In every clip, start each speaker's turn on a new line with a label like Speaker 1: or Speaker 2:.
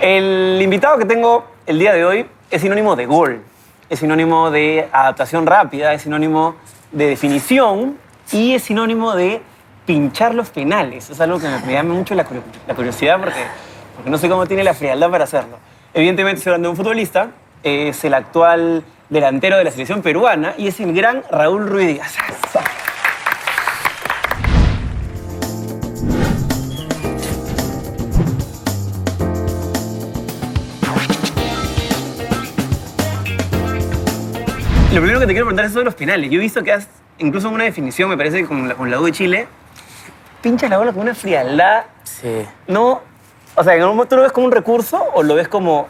Speaker 1: El invitado que tengo el día de hoy es sinónimo de gol, es sinónimo de adaptación rápida, es sinónimo de definición y es sinónimo de pinchar los penales. Es algo que me, me llama mucho la, curio- la curiosidad porque, porque no sé cómo tiene la frialdad para hacerlo. Evidentemente, estoy hablando de un futbolista, es el actual delantero de la selección peruana y es el gran Raúl Ruiz Díaz. Lo primero que te quiero preguntar es sobre los penales. Yo he visto que has, incluso en una definición, me parece que con la, con la U de Chile, pinchas la bola con una frialdad.
Speaker 2: Sí.
Speaker 1: No, o sea, ¿en algún momento lo ves como un recurso o lo ves como,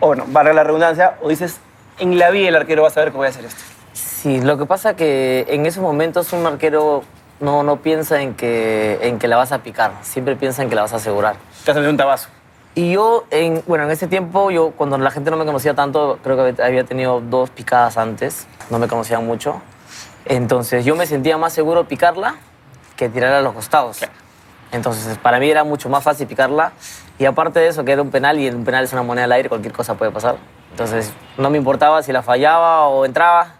Speaker 1: o bueno, barra la redundancia, o dices, en la vida el arquero va a saber que voy a hacer esto?
Speaker 2: Sí, lo que pasa que en esos momentos un arquero no, no piensa en que, en que la vas a picar, siempre piensa en que la vas a asegurar.
Speaker 1: Te has metido un tabazo.
Speaker 2: Y yo, en, bueno, en ese tiempo, yo cuando la gente no me conocía tanto, creo que había tenido dos picadas antes, no me conocían mucho. Entonces yo me sentía más seguro picarla que tirarla a los costados. Entonces para mí era mucho más fácil picarla. Y aparte de eso, que era un penal y en un penal es una moneda al aire, cualquier cosa puede pasar. Entonces no me importaba si la fallaba o entraba.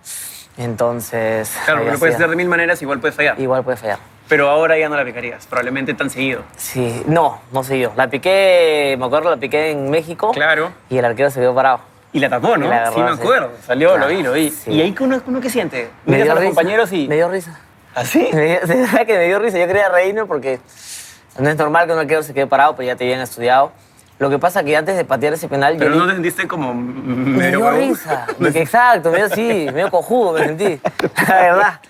Speaker 2: Entonces.
Speaker 1: Claro,
Speaker 2: ahí
Speaker 1: porque lo puedes
Speaker 2: hacía.
Speaker 1: hacer de mil maneras, igual puedes fallar.
Speaker 2: Igual puede fallar.
Speaker 1: Pero ahora ya no la picarías, probablemente tan seguido.
Speaker 2: Sí, no, no sé yo. La piqué, me acuerdo, la piqué en México.
Speaker 1: Claro.
Speaker 2: Y el arquero se quedó parado.
Speaker 1: Y la tapó, ¿no?
Speaker 2: Y la
Speaker 1: sí, me
Speaker 2: agarró así.
Speaker 1: acuerdo. Salió,
Speaker 2: Claro,
Speaker 1: lo vi, lo vi.
Speaker 2: sí.
Speaker 1: Y ahí, que uno, uno qué siente? Miras a los compañeros y... ¿Ah,
Speaker 2: Me dio risa.
Speaker 1: ¿Así?
Speaker 2: Me dio- de verdad que me dio risa. Yo quería reírme porque no es normal que un arquero se quede parado, pero ya te habían estudiado. Lo que pasa que antes de patear ese penal...
Speaker 1: Pero
Speaker 2: yo
Speaker 1: no
Speaker 2: di-
Speaker 1: te sentiste como
Speaker 2: me
Speaker 1: medio
Speaker 2: dio
Speaker 1: huevón?
Speaker 2: risa. De que, exacto, medio así, medio cojudo me sentí. La verdad.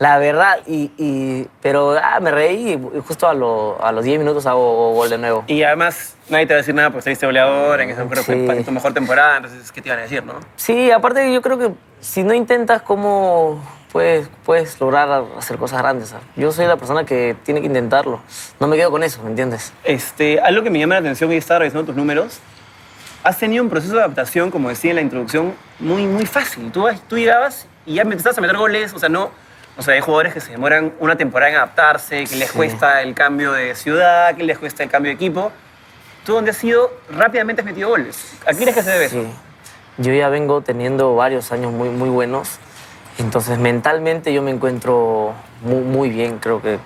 Speaker 2: La verdad. Y, y- pero ah, me reí y justo a, lo- a los 10 minutos hago gol de nuevo.
Speaker 1: Y además, nadie te va a decir nada porque saliste goleador, en esa creo que
Speaker 2: Sí.
Speaker 1: fue tu mejor temporada, entonces, ¿qué te iban a decir, no?
Speaker 2: Sí, aparte yo creo que si no intentas, ¿cómo puedes, puedes lograr hacer cosas grandes? ¿sabes? Yo soy la persona que tiene que intentarlo. No me quedo con eso, ¿me entiendes?
Speaker 1: Este, algo que me llama la atención y estaba revisando tus números, has tenido un proceso de adaptación, como decía en la introducción, muy, muy fácil. Tú, vas- tú llegabas y ya empezabas a meter goles, o sea, no... O sea, hay jugadores que se demoran una temporada en adaptarse, que les
Speaker 2: Sí.
Speaker 1: cuesta el cambio de ciudad, que les cuesta el cambio de equipo. Tú, donde has sido, rápidamente has metido goles. ¿A qué crees que se debe?
Speaker 2: Sí. Yo ya vengo teniendo varios años muy, muy buenos. Entonces, mentalmente yo me encuentro muy, muy bien. Creo que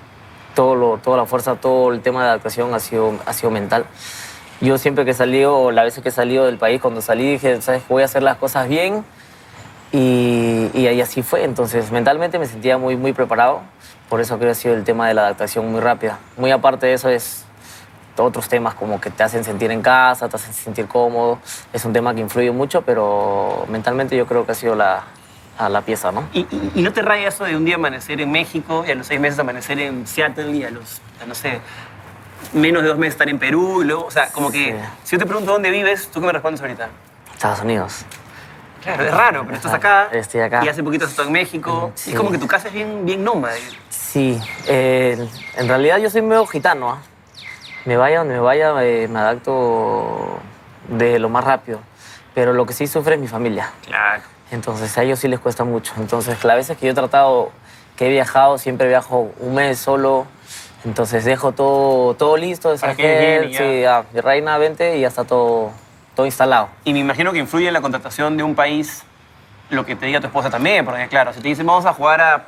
Speaker 2: todo lo- toda la fuerza, todo el tema de adaptación ha sido, ha sido mental. Yo siempre que he salido, las veces que he salido del país, cuando salí dije, ¿sabes? Voy a hacer las cosas bien. Y, y ahí así fue. Entonces, mentalmente me sentía muy, muy preparado. Por eso creo que ha sido el tema de la adaptación muy rápida. Muy aparte de eso es otros temas como que te hacen sentir en casa, te hacen sentir cómodo. Es un tema que influye mucho, pero mentalmente yo creo que ha sido la, a la pieza, ¿no?
Speaker 1: ¿Y, y- y no te raya eso de un día amanecer en México y a los seis meses amanecer en Seattle y a los, a no sé, menos de dos meses estar en Perú y luego, o sea, como que
Speaker 2: Sí.
Speaker 1: si yo te pregunto dónde vives, ¿tú qué me respondes ahorita?
Speaker 2: Estados Unidos.
Speaker 1: Claro, es raro, pero estás
Speaker 2: Ajá,
Speaker 1: acá.
Speaker 2: estoy acá.
Speaker 1: Y hace poquito has estado en México.
Speaker 2: Ujú,
Speaker 1: Es como
Speaker 2: sí.
Speaker 1: que tu casa es bien, bien nómada.
Speaker 2: Sí, eh, en realidad yo soy medio gitano. ¿ah? Me vaya donde me vaya, eh, me adapto de lo más rápido. Pero lo que sí sufre es mi familia.
Speaker 1: Claro.
Speaker 2: Entonces a ellos sí les cuesta mucho. Entonces las veces que yo he tratado, que he viajado, siempre viajo un mes solo. Entonces dejo todo, todo listo.
Speaker 1: Para que
Speaker 2: desajé,
Speaker 1: lleguen y
Speaker 2: sí, ah, mi reina, vente y ya está todo, todo instalado.
Speaker 1: Y me imagino que influye en la contratación de un país lo que te diga tu esposa también, porque claro, si te dicen vamos a jugar a.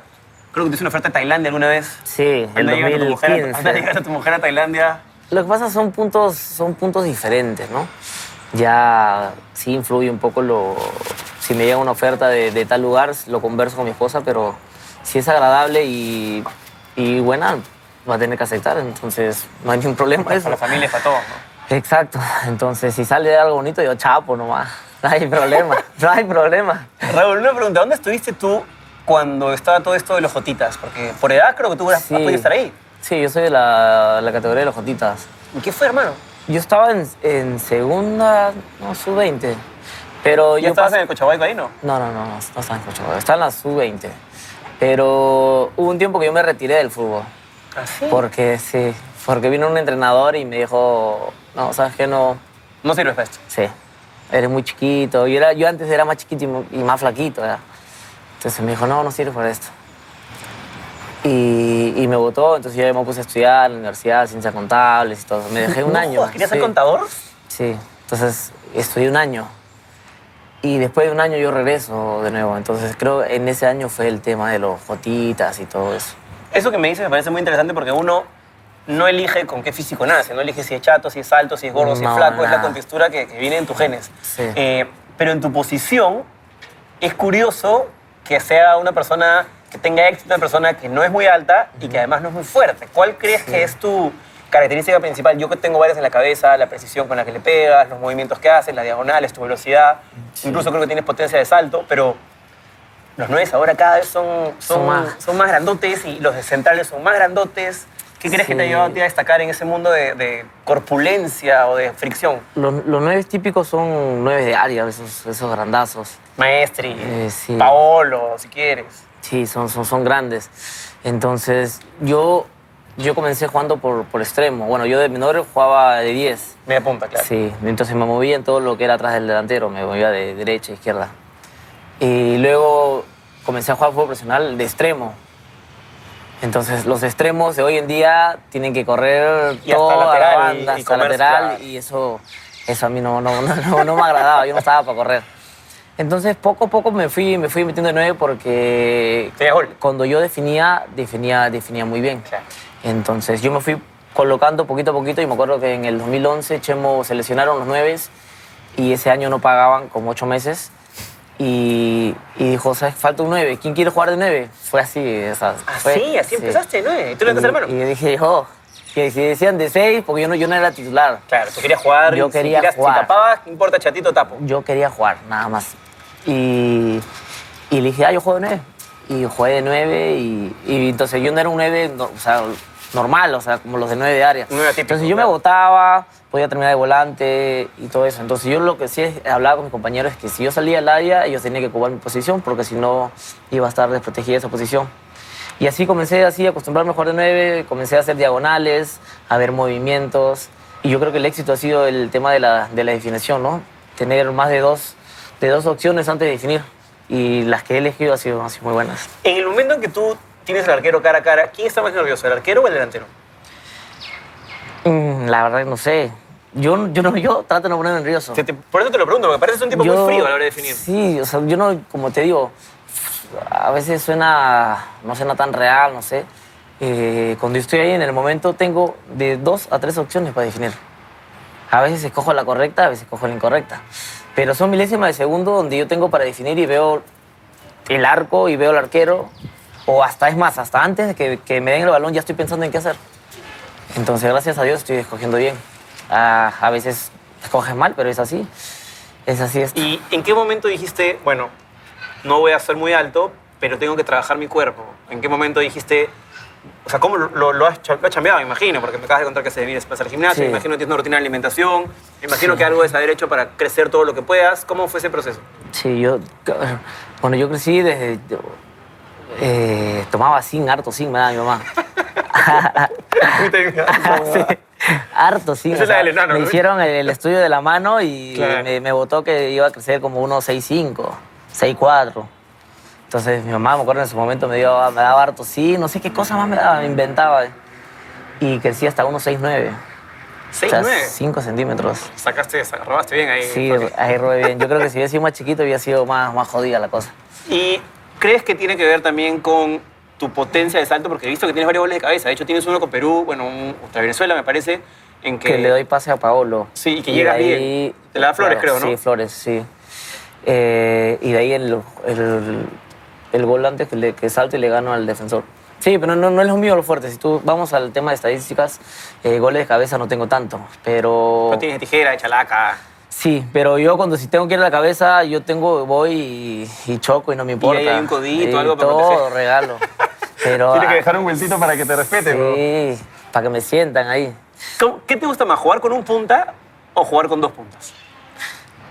Speaker 1: Creo que te hice una oferta a Tailandia alguna vez.
Speaker 2: Sí, el
Speaker 1: Anda a llegar a tu mujer a-
Speaker 2: 2015.
Speaker 1: anda a llegar a tu mujer a Tailandia.
Speaker 2: Lo que pasa son puntos, son puntos diferentes, ¿no? Ya sí influye un poco lo. Si me llega una oferta de, de tal lugar, lo converso con mi esposa, pero si es agradable y, y buena, va a tener que aceptar. Entonces no hay ningún problema.
Speaker 1: Para
Speaker 2: eso.
Speaker 1: la familia es para todos, ¿no?
Speaker 2: Exacto. Entonces si sale algo bonito, yo chapo nomás. No hay problema, no hay problema.
Speaker 1: Raúl, una pregunta, ¿dónde estuviste tú cuando estaba todo esto de los Jotitas? Porque por edad creo que tú hubieras
Speaker 2: Sí.
Speaker 1: podido estar ahí.
Speaker 2: Sí, yo soy de la, la categoría de los jotitas.
Speaker 1: ¿Y qué fue, hermano?
Speaker 2: Yo estaba en, en segunda, no, sub-20. Pero
Speaker 1: ¿Ya
Speaker 2: yo
Speaker 1: estabas
Speaker 2: pasé-
Speaker 1: en el Cochabamba ahí, no?
Speaker 2: No, no, no, no, no está en Cochabamba, está en la sub-20. Pero hubo un tiempo que yo me retiré del fútbol.
Speaker 1: ¿Así?
Speaker 2: Porque ¿Ah, sí, porque vino un entrenador y me dijo, no, sabes que no,
Speaker 1: No sirves para esto.
Speaker 2: sí, eres muy chiquito. Yo, era, yo antes era más chiquito y mu- y, más flaquito. ¿verdad? Entonces me dijo, no, no sirves para esto. Y, y me votó, entonces yo me puse a estudiar en la universidad, ciencias contables y todo. Me dejé un
Speaker 1: No
Speaker 2: año.
Speaker 1: jodas, ¿Querías ser
Speaker 2: sí.
Speaker 1: contador?
Speaker 2: Sí, entonces estudié un año. Y después de un año yo regreso de nuevo. Entonces creo que en ese año fue el tema de los jotitas y todo eso.
Speaker 1: Eso que me dices me parece muy interesante porque uno no elige con qué físico nace, no elige si es chato, si es alto, si es gordo, si es
Speaker 2: No,
Speaker 1: flaco, es la
Speaker 2: nada.
Speaker 1: contextura que, que viene en tus genes.
Speaker 2: Sí.
Speaker 1: Eh, pero en tu posición, es curioso que sea una persona que tenga éxito, una persona que no es muy alta y que además no es muy fuerte. ¿Cuál crees que es tu característica principal? Yo que tengo varias en la cabeza, la precisión con la que le pegas, los movimientos que haces, las diagonales, tu velocidad,
Speaker 2: Sí.
Speaker 1: incluso creo que tienes potencia de salto, pero los nueves ahora cada vez son, son, son más.
Speaker 2: Son más.
Speaker 1: grandotes y los de centrales son más grandotes. ¿Qué crees que te ha
Speaker 2: Sí.
Speaker 1: llevado a ti a destacar en ese mundo de, de corpulencia o de fricción?
Speaker 2: Los, los nueve típicos son nueve de área, esos, esos grandazos.
Speaker 1: Maestri,
Speaker 2: Eh, sí.
Speaker 1: Paolo, si quieres.
Speaker 2: Sí, son, son, son grandes. Entonces yo, yo comencé jugando por, por extremo. Bueno, yo de menor jugaba de 10.
Speaker 1: Media punta, claro.
Speaker 2: Sí, entonces me movía en todo lo que era atrás del delantero, me movía de derecha a izquierda. Y luego comencé a jugar fútbol profesional de extremo. Entonces los extremos de hoy en día tienen que correr
Speaker 1: Y hasta
Speaker 2: toda
Speaker 1: lateral
Speaker 2: la
Speaker 1: y-
Speaker 2: banda
Speaker 1: y
Speaker 2: hasta
Speaker 1: comer,
Speaker 2: lateral
Speaker 1: claro.
Speaker 2: y eso, eso a mí no, no, no, no- no me agradaba, yo no estaba para correr. Entonces poco a poco me fui, me fui metiendo de nueve porque
Speaker 1: Te gol.
Speaker 2: cuando yo definía, definía, definía muy bien.
Speaker 1: Claro.
Speaker 2: Entonces yo me fui colocando poquito a poquito y me acuerdo que en el 2011 Chemo se lesionaron los nueves y ese año no pagaban como ocho meses y, y dijo, ¿sabes? Falta un nueve, ¿quién quiere jugar de nueve? Fue así, o sea, fue-
Speaker 1: Así, ¿Ah, así
Speaker 2: sí.
Speaker 1: empezaste, ¿no? ¿Y tú le metes
Speaker 2: Y-
Speaker 1: la mano?
Speaker 2: Y yo dije, yo, que si decían de seis, porque yo no, yo no era titular,
Speaker 1: Claro, tú querías jugar.
Speaker 2: Yo
Speaker 1: si
Speaker 2: quería
Speaker 1: tiras- si
Speaker 2: jugar.
Speaker 1: tapabas, no importa, chatito, tapo.
Speaker 2: yo quería jugar, nada más. Y, y le dije, ah, yo juego de nueve. Y jugué de nueve y, y entonces yo no era un nueve no- o sea, normal, o sea, como los de nueve de área.
Speaker 1: No era típico,
Speaker 2: entonces yo me
Speaker 1: claro.
Speaker 2: agotaba, podía terminar de volante y todo eso. Entonces yo lo que sí es- hablaba con mis compañeros es que si yo salía al área, ellos tenían que cobrar mi posición porque si no iba a estar desprotegida esa posición. Y así comencé así a acostumbrarme a jugar de nueve, comencé a hacer diagonales, a ver movimientos. Y yo creo que el éxito ha sido el tema de la, de la definición, ¿no? Tener más de dos, de dos opciones antes de definir. Y las que he elegido han sido, han sido muy buenas.
Speaker 1: En el momento en que tú tienes al arquero cara a cara, ¿quién está más nervioso, el arquero o el delantero?
Speaker 2: Mm, la verdad que no sé. Yo, yo, no, yo trato de no ponerme nervioso.
Speaker 1: Te- te- por eso te lo pregunto, porque pareces un tipo
Speaker 2: Yo-
Speaker 1: muy frío a la hora de definir.
Speaker 2: Sí, o sea, yo no, como te digo, a veces suena, no suena tan real, no sé. Eh, cuando estoy ahí en el momento tengo de dos a tres opciones para definir. A veces escojo la correcta, a veces escojo la incorrecta. Pero son milésimas de segundo donde yo tengo para definir y veo el arco y veo el arquero. O hasta, es más, hasta antes de que, que me den el balón ya estoy pensando en qué hacer. Entonces, gracias a Dios estoy escogiendo bien. Ah, a veces escoges mal, pero es así. Es así esto.
Speaker 1: ¿Y en qué momento dijiste, bueno, no voy a ser muy alto, pero tengo que trabajar mi cuerpo? ¿En qué momento dijiste, o sea, cómo lo, lo has, cha- lo has chambeado, me imagino? Porque me acabas de contar que se divide después al gimnasio,
Speaker 2: Sí.
Speaker 1: me imagino que tienes una rutina de alimentación, me imagino que algo de saber hecho para crecer todo lo que puedas. ¿Cómo fue ese proceso?
Speaker 2: Sí, yo. Bueno, yo crecí desde. yo, eh, tomaba zinc, harto zinc me daba mi mamá. Sí, harto zinc.
Speaker 1: Esa es
Speaker 2: o sea,
Speaker 1: la del enano,
Speaker 2: me
Speaker 1: ¿no?
Speaker 2: hicieron el, el estudio de la mano y
Speaker 1: Claro.
Speaker 2: me, me votó que iba a crecer como unos 6'5, 6'4. Entonces mi mamá, me acuerdo en su momento, me, dio, me daba harto zinc, no sé qué cosa más me daba, me inventaba. Y crecí hasta unos 6'9. O
Speaker 1: ¿Seis,
Speaker 2: sea,
Speaker 1: nueve? Eh,
Speaker 2: 5 centímetros.
Speaker 1: Sacaste, sac- robaste bien ahí.
Speaker 2: Sí,
Speaker 1: Jorge.
Speaker 2: ahí robé bien. Yo creo que si hubiera sido más chiquito, hubiera sido más, más jodida la cosa.
Speaker 1: ¿Y crees que tiene que ver también con tu potencia de salto? Porque he visto que tienes varios goles de cabeza. De hecho, tienes uno con Perú, bueno, un, contra Venezuela, me parece, en que...
Speaker 2: que le doy pase a Paolo.
Speaker 1: Sí, y que llegas bien. Te la da Flores, creo, ¿no?
Speaker 2: Sí, Flores, sí. Eh, y de ahí el, el, el gol antes que, le, que salto y le gano al defensor. Sí, pero no, no es lo mío lo fuerte. Si tú vamos al tema de estadísticas, eh, goles de cabeza no tengo tanto. Pero.
Speaker 1: No tienes tijera, de chalaca.
Speaker 2: Sí, pero yo cuando si tengo que ir a la cabeza, yo tengo, voy y, y choco y no me importa.
Speaker 1: hay un codito,
Speaker 2: Y
Speaker 1: algo para
Speaker 2: Todo,
Speaker 1: proteger.
Speaker 2: regalo. Pero. ah,
Speaker 1: dejar un vueltito para que te respeten.
Speaker 2: Sí, para que me sientan ahí.
Speaker 1: ¿Qué te gusta más, jugar con un punta o jugar con dos puntas?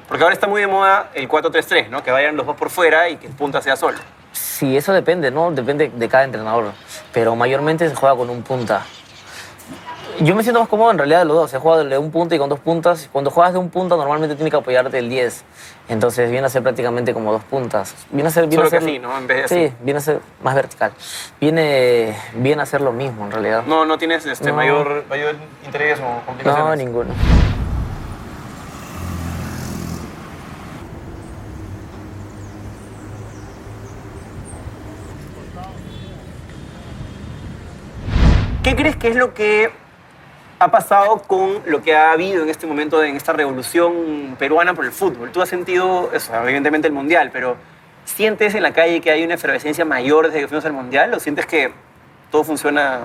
Speaker 1: Porque ahora está muy de moda el 4-3-3, ¿no? Que vayan los dos por fuera y que el punta sea solo.
Speaker 2: Sí, eso depende, ¿no? Depende de cada entrenador. Pero mayormente se juega con un punta. Yo me siento más cómodo en realidad de los dos. He jugado de un punta y con dos puntas. Cuando juegas de un punta, normalmente tienes que apoyarte el 10. Entonces viene a ser prácticamente como dos puntas. Viene a ser. Viene
Speaker 1: Solo
Speaker 2: a ser,
Speaker 1: que así, ¿no? En vez de
Speaker 2: sí,
Speaker 1: así.
Speaker 2: viene a ser más vertical. Viene, viene a ser lo mismo en realidad.
Speaker 1: No, no tienes este,
Speaker 2: No.
Speaker 1: Mayor, mayor interés o
Speaker 2: No,
Speaker 1: complicaciones.
Speaker 2: ninguno.
Speaker 1: ¿Qué crees que es lo que ha pasado con lo que ha habido en este momento, en esta revolución peruana por el fútbol? Tú has sentido, eso, evidentemente, el Mundial, pero ¿sientes en la calle que hay una efervescencia mayor desde que fuimos al Mundial o sientes que todo funciona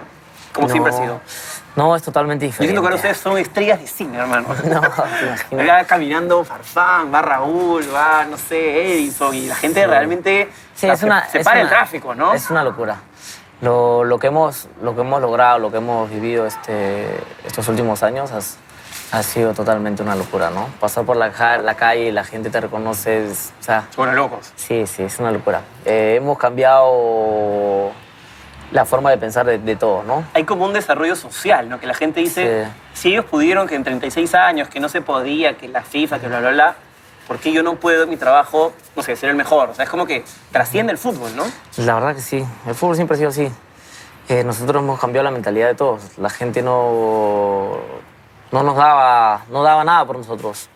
Speaker 1: como
Speaker 2: No,
Speaker 1: siempre ha sido?
Speaker 2: No, es totalmente
Speaker 1: Yo
Speaker 2: diferente.
Speaker 1: siento que ahora ustedes son estrellas de cine, hermano.
Speaker 2: No, te imaginas.
Speaker 1: Acá caminando Farfán, va Raúl, va, no sé, Edison, y la gente realmente o
Speaker 2: Sí,
Speaker 1: sea,
Speaker 2: es una,
Speaker 1: se, se
Speaker 2: es
Speaker 1: para el
Speaker 2: una-
Speaker 1: tráfico, ¿no?
Speaker 2: Es una locura. Lo, lo que hemos, lo que hemos logrado, lo que hemos vivido este, estos últimos años has- ha sido totalmente una locura, ¿no? Pasar por la, ja- la calle y la gente te reconoce, es- o sea,
Speaker 1: Bueno, locos.
Speaker 2: sí, sí, es una locura. Eh, hemos cambiado la forma de pensar de, de todo, ¿no?
Speaker 1: Hay como un desarrollo social, ¿no? Que la gente dice,
Speaker 2: Sí.
Speaker 1: si ellos pudieron, que en 36 años, que no se podía, que la FIFA, que bla, bla, bla, ¿por qué yo no puedo en mi trabajo, no sé, ser el mejor? O sea, es como que trasciende el fútbol, ¿no?
Speaker 2: Pues La verdad que sí. El fútbol siempre ha sido así. Eh, nosotros hemos cambiado la mentalidad de todos. La gente no, no nos daba, no daba nada por nosotros.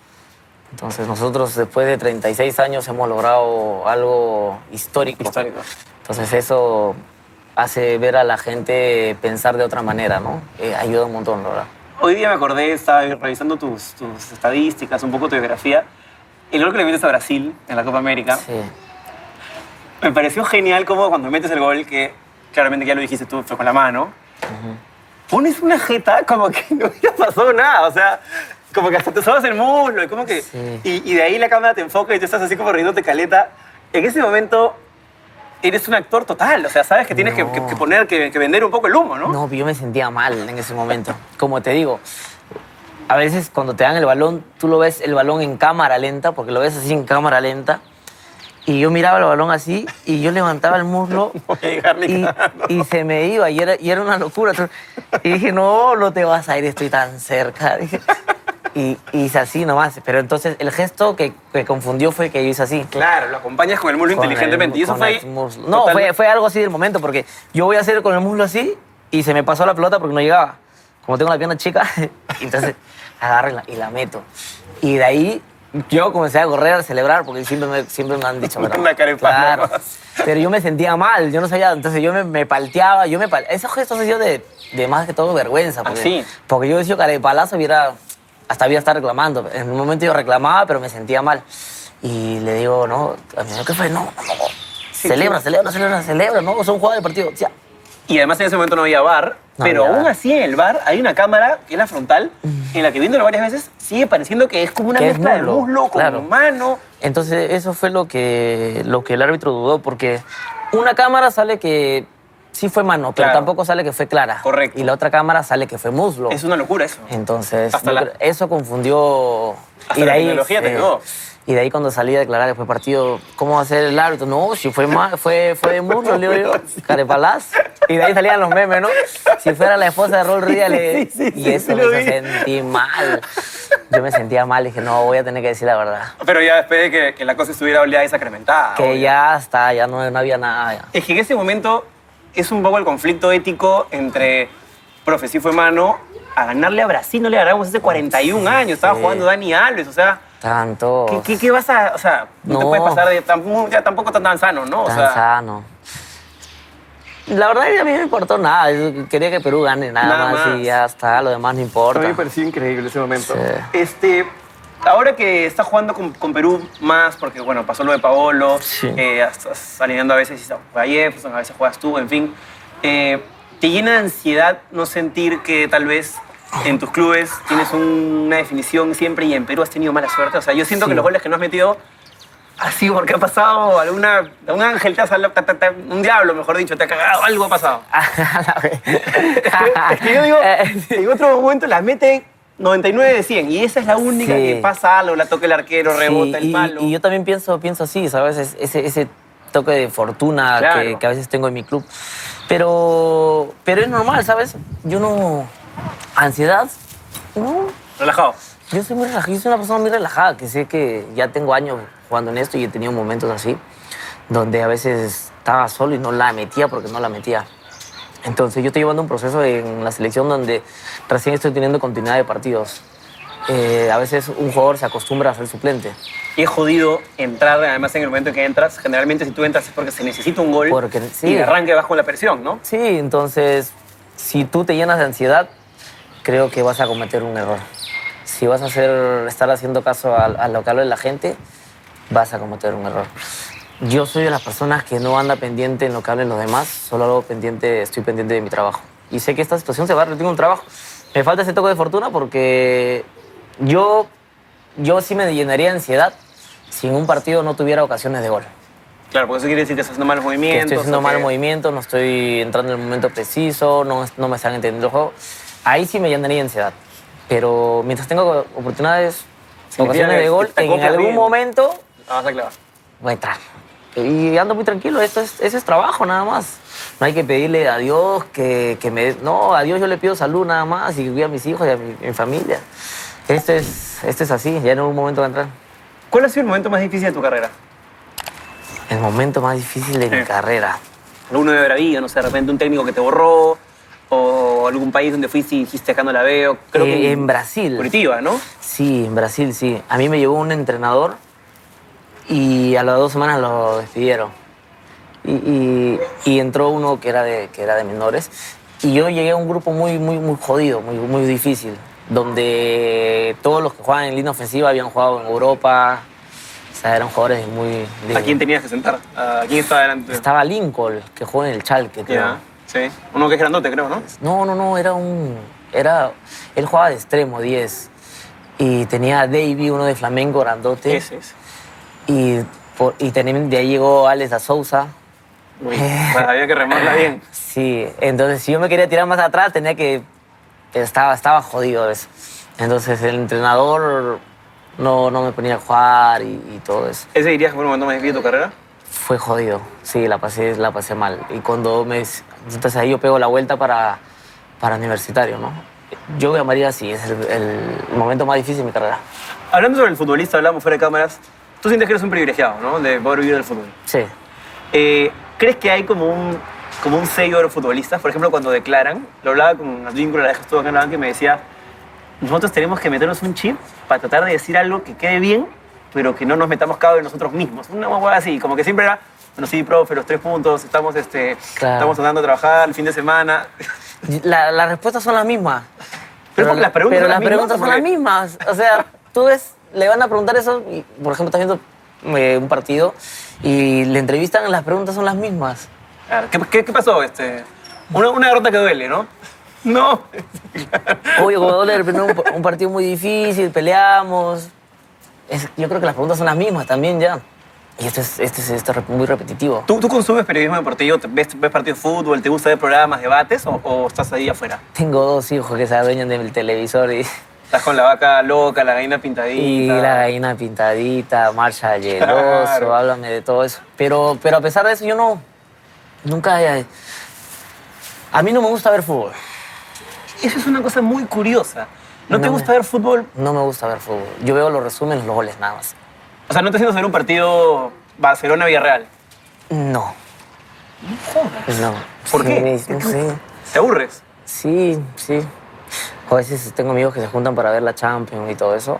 Speaker 2: Entonces nosotros después de 36 años hemos logrado algo histórico.
Speaker 1: Histórico.
Speaker 2: Entonces eso hace ver a la gente pensar de otra manera, ¿no? Eh, ayuda un montón, la verdad.
Speaker 1: Hoy día me acordé, estaba revisando tus, tus estadísticas, un poco tu biografía, el gol que le metes a Brasil en la Copa América.
Speaker 2: Sí.
Speaker 1: Me pareció genial como cuando metes el gol, que claramente ya lo dijiste tú, fue con la mano, pones una jeta como que no hubiera pasado nada, o sea, como que hasta te sobas el muslo, y como que...
Speaker 2: Sí.
Speaker 1: Y, y de ahí la cámara te enfoca y tú estás así como riéndote caleta. En ese momento eres un actor total, o sea, sabes que tienes que-
Speaker 2: No.
Speaker 1: que, que poner, que, que vender un poco el humo, ¿no?
Speaker 2: No, yo me sentía mal en ese momento. Como te digo, a veces cuando te dan el balón, tú lo ves el balón en cámara lenta, porque lo ves así en cámara lenta. Y yo miraba el balón así y yo levantaba el muslo
Speaker 1: Voy a llegar ni
Speaker 2: y,
Speaker 1: cagando.
Speaker 2: y se me iba y era, y era una locura. Entonces, Y dije, no, no te vas a ir, estoy tan cerca. Dije, Y, y hice así nomás. Pero entonces el gesto que, que confundió fue que yo hice así.
Speaker 1: Claro, lo acompañas con el muslo
Speaker 2: Con el-
Speaker 1: inteligentemente. y eso
Speaker 2: con
Speaker 1: fue.
Speaker 2: el muslo. No,
Speaker 1: total-
Speaker 2: fue, fue algo así del momento, porque yo voy a hacer con el muslo así y se me pasó la pelota porque no llegaba. Como tengo la pierna chica, entonces agarro y la, y la meto. Y de ahí yo comencé a correr, a celebrar, porque siempre me, siempre me han dicho.
Speaker 1: Una
Speaker 2: ¿verdad?
Speaker 1: cara de
Speaker 2: Claro.
Speaker 1: palomas.
Speaker 2: Pero yo me sentía mal, yo no sabía, entonces yo me, me palteaba, yo me pal- Esos gestos han sido de, de más que todo vergüenza. Porque,
Speaker 1: Ah, sí.
Speaker 2: porque yo decía, cara de palazo, hubiera, hasta había estar reclamando. En un momento yo reclamaba, pero me sentía mal. Y le digo, no, a mi amigo, ¿qué fue? No, no, no. Celebra, celebra, celebra, celebra, no, son jugadas del partido. O sea,
Speaker 1: Y además en ese momento no había bar,
Speaker 2: No
Speaker 1: pero
Speaker 2: había
Speaker 1: aún
Speaker 2: bar. Mm.
Speaker 1: así en el bar hay una cámara, que es la frontal, en la que viéndolo varias veces sigue pareciendo que es como una
Speaker 2: Que es
Speaker 1: mezcla de
Speaker 2: muslo,
Speaker 1: muslo con
Speaker 2: claro.
Speaker 1: mano.
Speaker 2: Entonces eso fue lo que, lo que el árbitro dudó, porque una cámara sale que sí fue mano, pero
Speaker 1: Claro.
Speaker 2: tampoco sale que fue clara.
Speaker 1: Correcto.
Speaker 2: Y la otra cámara sale que fue muslo.
Speaker 1: Es una locura eso.
Speaker 2: Entonces
Speaker 1: Hasta
Speaker 2: yo
Speaker 1: la-
Speaker 2: creo- eso confundió...
Speaker 1: Hasta la tecnología te quedó.
Speaker 2: Y de ahí cuando salí a declarar después del partido, ¿cómo va a ser el árbitro? No, si fue ma- fue, fue de muslo, le digo yo, carepalaz. Y de ahí salían los memes, ¿no? Si fuera la esposa de Rol Ría, le...
Speaker 1: Sí, sí, sí,
Speaker 2: y
Speaker 1: sí,
Speaker 2: eso
Speaker 1: sí
Speaker 2: me
Speaker 1: lo
Speaker 2: hizo
Speaker 1: vi.
Speaker 2: sentir mal. Yo me sentía mal, dije, no, voy a tener que decir la verdad.
Speaker 1: Pero ya después de que, que la cosa estuviera oleada y sacramentada.
Speaker 2: Mm. Que
Speaker 1: Ah, obvio.
Speaker 2: ya está, ya no, no había nada. ya.
Speaker 1: Es que en ese momento es un poco el conflicto ético entre, profe, sí fue mano, a ganarle a Brasil no le ganamos hace 41 años, estaba
Speaker 2: sí.
Speaker 1: jugando Dani Alves, o sea...
Speaker 2: Tanto.
Speaker 1: ¿Qué, qué, qué vas a.? O sea, no, te
Speaker 2: No.
Speaker 1: puedes pasar de. tam- ya tampoco tan, tan sano, ¿no? O
Speaker 2: tan
Speaker 1: sea,
Speaker 2: sano. La verdad que a mí no me importó nada. yo quería que Perú gane nada,
Speaker 1: Nada
Speaker 2: más,
Speaker 1: más.
Speaker 2: y ya está, lo demás no
Speaker 1: a
Speaker 2: importa.
Speaker 1: mí me pareció increíble ese momento.
Speaker 2: Sí.
Speaker 1: Este. Ahora que está jugando con, con Perú más, porque bueno, pasó lo de Paolo,
Speaker 2: Sí.
Speaker 1: eh, estás alineando a veces y juega Jefferson, pues, a veces juegas tú, en fin. eh, ¿Te llena de ansiedad no sentir que tal vez en tus clubes tienes un- una definición siempre y en Perú has tenido mala suerte? O sea, yo siento
Speaker 2: Sí.
Speaker 1: que los goles que no has metido así porque ha pasado alguna, un ángel, te ha salido- ta- ta- ta- un diablo, mejor dicho, te ha cagado, algo ha pasado. Es que yo digo,
Speaker 2: Eh,
Speaker 1: en otro momento la meten 99 de 100 y esa es la única
Speaker 2: Sí.
Speaker 1: que pasa algo, la toca el arquero, rebota
Speaker 2: Sí,
Speaker 1: el
Speaker 2: y-
Speaker 1: palo.
Speaker 2: Y, yo también pienso, pienso así, ¿sabes? Es- ese, ese toque de fortuna
Speaker 1: Claro.
Speaker 2: que, que a veces tengo en mi club. Pero, pero es normal, ¿sabes? Yo no. Ansiedad, no.
Speaker 1: Relajado.
Speaker 2: Yo soy muy relajada, yo soy una persona muy relajada, que sé que ya tengo años jugando en esto y he tenido momentos así, donde a veces estaba solo y no la metía porque no la metía. Entonces yo estoy llevando un proceso en la selección donde recién estoy teniendo continuidad de partidos. Eh, a veces un jugador se acostumbra a ser suplente.
Speaker 1: Y es jodido entrar, además en el momento en que entras, generalmente si tú entras es porque se necesita un gol
Speaker 2: Porque- sí.
Speaker 1: y de arranque vas con la presión, ¿no?
Speaker 2: Sí, entonces si tú te llenas de ansiedad, creo que vas a cometer un error. Si vas a hacer, estar haciendo caso a, a lo que habla de la gente, vas a cometer un error. Yo soy de las personas que no anda pendiente en lo que hablen los demás, solo hago pendiente, estoy pendiente de mi trabajo. Y sé que esta situación se va a repetir en un trabajo. Me falta ese toque de fortuna porque yo, yo sí me llenaría de ansiedad si en un partido no tuviera ocasiones de gol.
Speaker 1: Claro, porque eso quiere decir que estás haciendo malos
Speaker 2: Que
Speaker 1: movimientos.
Speaker 2: estoy haciendo
Speaker 1: o
Speaker 2: mal
Speaker 1: que-
Speaker 2: movimiento, no estoy entrando en el momento preciso, no, no me están entendiendo el juego. Ahí sí me llenaría de ansiedad. Pero mientras tengo oportunidades,
Speaker 1: Significa
Speaker 2: ocasiones
Speaker 1: que
Speaker 2: de gol,
Speaker 1: te
Speaker 2: en
Speaker 1: acoplas
Speaker 2: algún
Speaker 1: bien.
Speaker 2: momento
Speaker 1: La vas a clavar.
Speaker 2: voy a entrar. Y ando muy tranquilo, esto es, ese es trabajo nada más. No hay que pedirle a Dios que, que me... No, a Dios yo le pido salud nada más y cuido a mis hijos y a mi, mi familia. Esto es, esto es así, ya en un momento va a entrar.
Speaker 1: ¿Cuál ha sido el momento más difícil de tu carrera?
Speaker 2: El momento más difícil de mi
Speaker 1: Sí.
Speaker 2: carrera.
Speaker 1: Alguno de haber habido, no sé, de repente un técnico que te borró o algún país donde fuiste y dijiste acá no la veo. Creo
Speaker 2: Eh,
Speaker 1: que
Speaker 2: en Brasil.
Speaker 1: Curitiba, ¿no?
Speaker 2: Sí, en Brasil, sí. A mí me llevó un entrenador y a las dos semanas lo despidieron. Y, y- y entró uno que era, de, que era de menores. Y yo llegué a un grupo muy, muy, muy jodido, muy, muy difícil, donde todos los que jugaban en línea ofensiva habían jugado en Europa. O sea, eran jugadores muy... de-
Speaker 1: ¿A quién tenías que sentar? ¿A quién estaba delante?
Speaker 2: Estaba Lincoln, que jugó en el Chalque, creo.
Speaker 1: Ya, sí. Uno que es grandote, creo, ¿no?
Speaker 2: No, no, no, era un. Era, él jugaba de extremo, 10. Y tenía a Davey, uno de Flamengo, grandote.
Speaker 1: Ese es.
Speaker 2: Y, por- y también de ahí llegó Alex da Souza.
Speaker 1: Uy, bueno, había que remarla bien.
Speaker 2: Sí, entonces si yo me quería tirar más atrás, tenía que. Estaba, estaba jodido eso. Entonces el entrenador no, no me ponía a jugar y, y todo eso.
Speaker 1: ¿Ese dirías que fue el momento más difícil de tu carrera?
Speaker 2: Fue jodido. Sí, la pasé, la pasé mal. Y cuando me. Entonces ahí yo pego la vuelta para, para universitario, ¿no? Yo llamaría así, es el, el momento más difícil de mi carrera.
Speaker 1: Hablando sobre el futbolista, hablamos fuera de cámaras. Tú sientes que eres un privilegiado, ¿no? De poder vivir del fútbol.
Speaker 2: Sí.
Speaker 1: Eh, ¿Crees que hay como un, como un sello de los futbolistas? Por ejemplo, cuando declaran, lo hablaba con Advíncula, la vez que estuvo acá en la banca, y me decía, nosotros tenemos que meternos un chip para tratar de decir algo que quede bien, pero que no nos metamos cabo en nosotros mismos. Una hueá así, como que siempre era, bueno, sí, profe, los tres puntos, estamos, este,
Speaker 2: Claro.
Speaker 1: estamos tratando de trabajar el fin de semana.
Speaker 2: La- las respuestas son las mismas.
Speaker 1: porque las preguntas son las
Speaker 2: pero las
Speaker 1: mismas,
Speaker 2: preguntas son
Speaker 1: porque-
Speaker 2: las mismas. O sea, tú ves, le van a preguntar eso, y, por ejemplo, estás viendo eh, un partido y le entrevistan, las preguntas son las mismas.
Speaker 1: Claro, ¿Qué, qué, qué pasó? Este, una, una derrota que duele, ¿no? No.
Speaker 2: Oye, como doble de repente un, un partido muy difícil, peleamos. Es- yo creo que las preguntas son las mismas también ya. Y esto es, esto es, esto es rep- muy repetitivo.
Speaker 1: ¿Tú, tú consumes periodismo deportivo? ¿Te- ¿Ves, ves partidos de fútbol? ¿Te gusta ver programas, debates? ¿O, o estás ahí afuera?
Speaker 2: Tengo dos hijos que se adueñan del televisor y,
Speaker 1: Estás con la vaca loca, la gallina pintadita.
Speaker 2: y la gallina pintadita, marcha hieloso,
Speaker 1: Claro.
Speaker 2: háblame de todo eso. Pero, pero a pesar de eso, yo no. Nunca. eh, a mí no me gusta ver fútbol.
Speaker 1: Eso es una cosa muy curiosa. ¿No, te
Speaker 2: No me-
Speaker 1: gusta ver fútbol?
Speaker 2: No me gusta ver fútbol. Yo veo los resúmenes, los goles nada más.
Speaker 1: O sea, ¿no te sientes a ver un partido Barcelona-Villarreal?
Speaker 2: No. No.
Speaker 1: ¿Por
Speaker 2: Sí,
Speaker 1: qué?
Speaker 2: me- no sé.
Speaker 1: ¿Te aburres?
Speaker 2: Sí, sí. A veces tengo amigos que se juntan para ver la Champions y todo eso.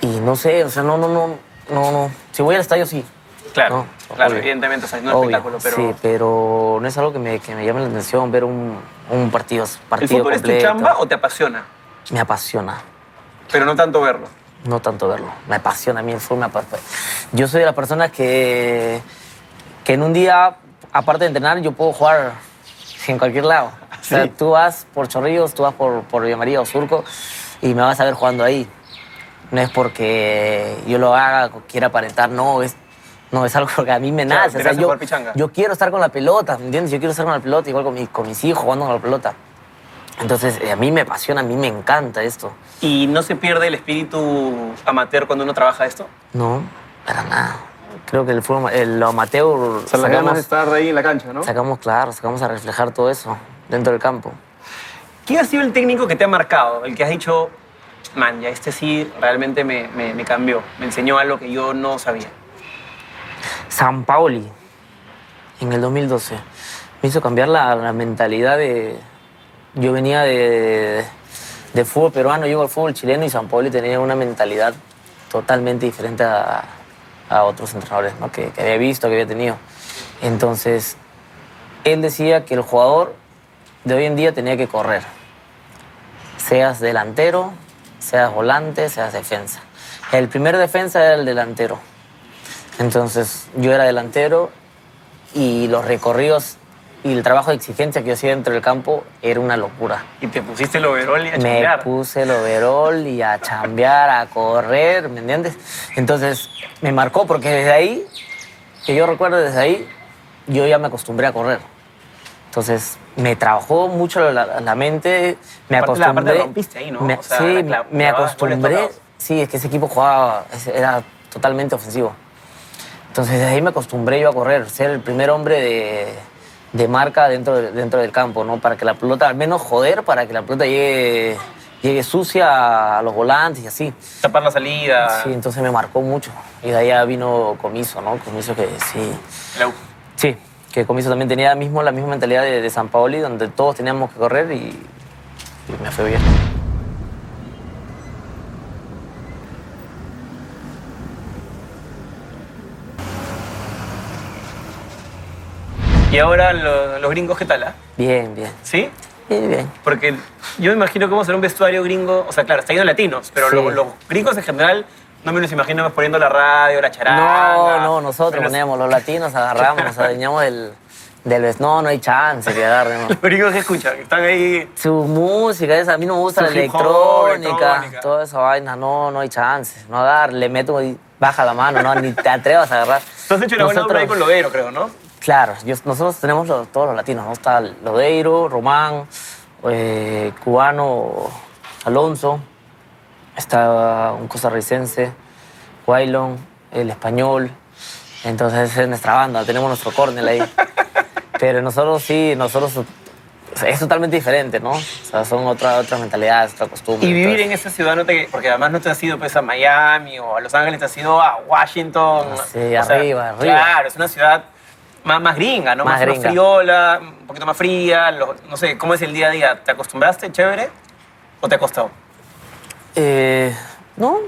Speaker 2: Y no sé, o sea, no, no, no, no, no. Si voy al estadio, sí.
Speaker 1: Claro,
Speaker 2: No,
Speaker 1: claro,
Speaker 2: obvio.
Speaker 1: evidentemente, o sea, no es un
Speaker 2: Obvio,
Speaker 1: espectáculo, pero...
Speaker 2: Sí, pero no es algo que me, que me llame la atención ver un, un partido,
Speaker 1: ¿El
Speaker 2: partido
Speaker 1: fútbol
Speaker 2: completo.
Speaker 1: es tu chamba o te apasiona?
Speaker 2: Me apasiona,
Speaker 1: Pero no tanto verlo.
Speaker 2: no tanto verlo. Me apasiona a mí el fútbol. me apa- Yo soy de las personas que, que en un día, aparte de entrenar, yo puedo jugar en cualquier lado. O sea,
Speaker 1: Sí.
Speaker 2: tú vas por Chorrillos, tú vas por, por Villa María o Surco y me vas a ver jugando ahí. No es porque yo lo haga, quiera aparentar, no, es, no, es algo que a mí me
Speaker 1: Claro,
Speaker 2: nace.
Speaker 1: te
Speaker 2: O sea,
Speaker 1: nace
Speaker 2: yo,
Speaker 1: jugar pichanga.
Speaker 2: yo quiero estar con la pelota, ¿me entiendes? Yo quiero estar con la pelota, igual con, mi- con mis hijos jugando con la pelota. Entonces, eh, a mí me apasiona, a mí me encanta esto.
Speaker 1: ¿Y no se pierde el espíritu amateur cuando uno trabaja esto?
Speaker 2: No, para nada. Creo que el fútbol, el lo amateur, sacamos,
Speaker 1: estar ahí en la cancha, ¿no?
Speaker 2: sacamos, claro, sacamos a reflejar todo eso dentro del campo.
Speaker 1: ¿Quién ha sido el técnico que te ha marcado? El que has dicho, man, ya este sí realmente me, me- me cambió, me enseñó algo que yo no sabía.
Speaker 2: San Paoli, en el 2012, me hizo cambiar la, la mentalidad de... Yo venía de, de fútbol peruano, llego al fútbol chileno y San Paoli tenía una mentalidad totalmente diferente a, a otros entrenadores ¿no? que, que había visto, que había tenido. Entonces, él decía que el jugador de hoy en día tenía que correr. Seas delantero, seas volante, seas defensa. El primer defensa era el delantero. Entonces yo era delantero y los recorridos y el trabajo de exigencia que yo hacía dentro del campo era una locura.
Speaker 1: Y te pusiste el overol y a
Speaker 2: Me
Speaker 1: chambear.
Speaker 2: puse el overol y a chambear, a correr, ¿me entiendes? Entonces me marcó porque desde ahí, que yo recuerdo desde ahí, yo ya me acostumbré a correr. Entonces me trabajó mucho la, la mente, me
Speaker 1: Aparte, la- aparte
Speaker 2: acostumbré.
Speaker 1: rompiste ahí, ¿no?
Speaker 2: me-
Speaker 1: O sea,
Speaker 2: sí,
Speaker 1: la- la-
Speaker 2: me-
Speaker 1: la-
Speaker 2: me
Speaker 1: la- goles
Speaker 2: acostumbré.
Speaker 1: tocados.
Speaker 2: Sí, es que ese equipo jugaba, es- era totalmente ofensivo. Entonces desde ahí me acostumbré yo a correr, ser el primer hombre de, de marca dentro, de- dentro del campo, ¿no? Para que la pelota, al menos joder, para que la pelota llegue, llegue sucia a los volantes y así.
Speaker 1: Tapar la salida.
Speaker 2: Sí, entonces me marcó mucho. Y de ahí ya vino Comiso, ¿no? Comiso que sí.
Speaker 1: la-
Speaker 2: Sí, que Comiso también tenía mismo, la misma mentalidad de, de San Paoli, donde todos teníamos que correr y, y me fue bien.
Speaker 1: Y ahora lo- los gringos, ¿qué tal? ah?
Speaker 2: Bien, bien.
Speaker 1: ¿Sí?
Speaker 2: Bien, bien.
Speaker 1: Porque yo me imagino cómo será un vestuario gringo. O sea, claro, está lleno de latinos, pero
Speaker 2: Sí.
Speaker 1: lo- los, gringos en general no me los imagino poniendo la radio, la charanga.
Speaker 2: No, no, nosotros
Speaker 1: Menos-
Speaker 2: ponemos, los latinos agarramos, nos adueñamos del, del... vest- No, no hay chance que agarren. ¿no?
Speaker 1: Los gringos que escuchan, están ahí.
Speaker 2: Su música, esa, a mí no me gusta
Speaker 1: Su
Speaker 2: la
Speaker 1: hip hop,
Speaker 2: electrónica,
Speaker 1: electrónica.
Speaker 2: toda esa vaina, no, no hay chance. No agarre, le meto y baja la mano, no, ni te atrevas a agarrar.
Speaker 1: Tú has hecho una buena obra ahí con
Speaker 2: Nosotros-
Speaker 1: Lodero, creo, ¿no?
Speaker 2: Claro, yo- nosotros tenemos los- todos los latinos, ¿no? Está Lodeiro, Román, eh, cubano, Alonso, está un costarricense, Wailon, el español. Entonces esa es nuestra banda, tenemos nuestro córnel ahí. Pero nosotros sí, nosotros o sea, es totalmente diferente, ¿no? O sea, son otra, otra mentalidad, otra costumbre.
Speaker 1: Y vivir
Speaker 2: todo
Speaker 1: en esa ciudad, no te, porque además no te has ido pues, a Miami o a Los Ángeles, te has ido a Washington.
Speaker 2: Ah, Sí, arriba, arriba.
Speaker 1: Claro, es una ciudad más, más gringa, ¿no? Más,
Speaker 2: Más
Speaker 1: más
Speaker 2: gringa.
Speaker 1: friola, un poquito más fría. lo- no sé, ¿cómo es el día a día? ¿Te acostumbraste, chévere? ¿O te ha costado?
Speaker 2: Eh, no,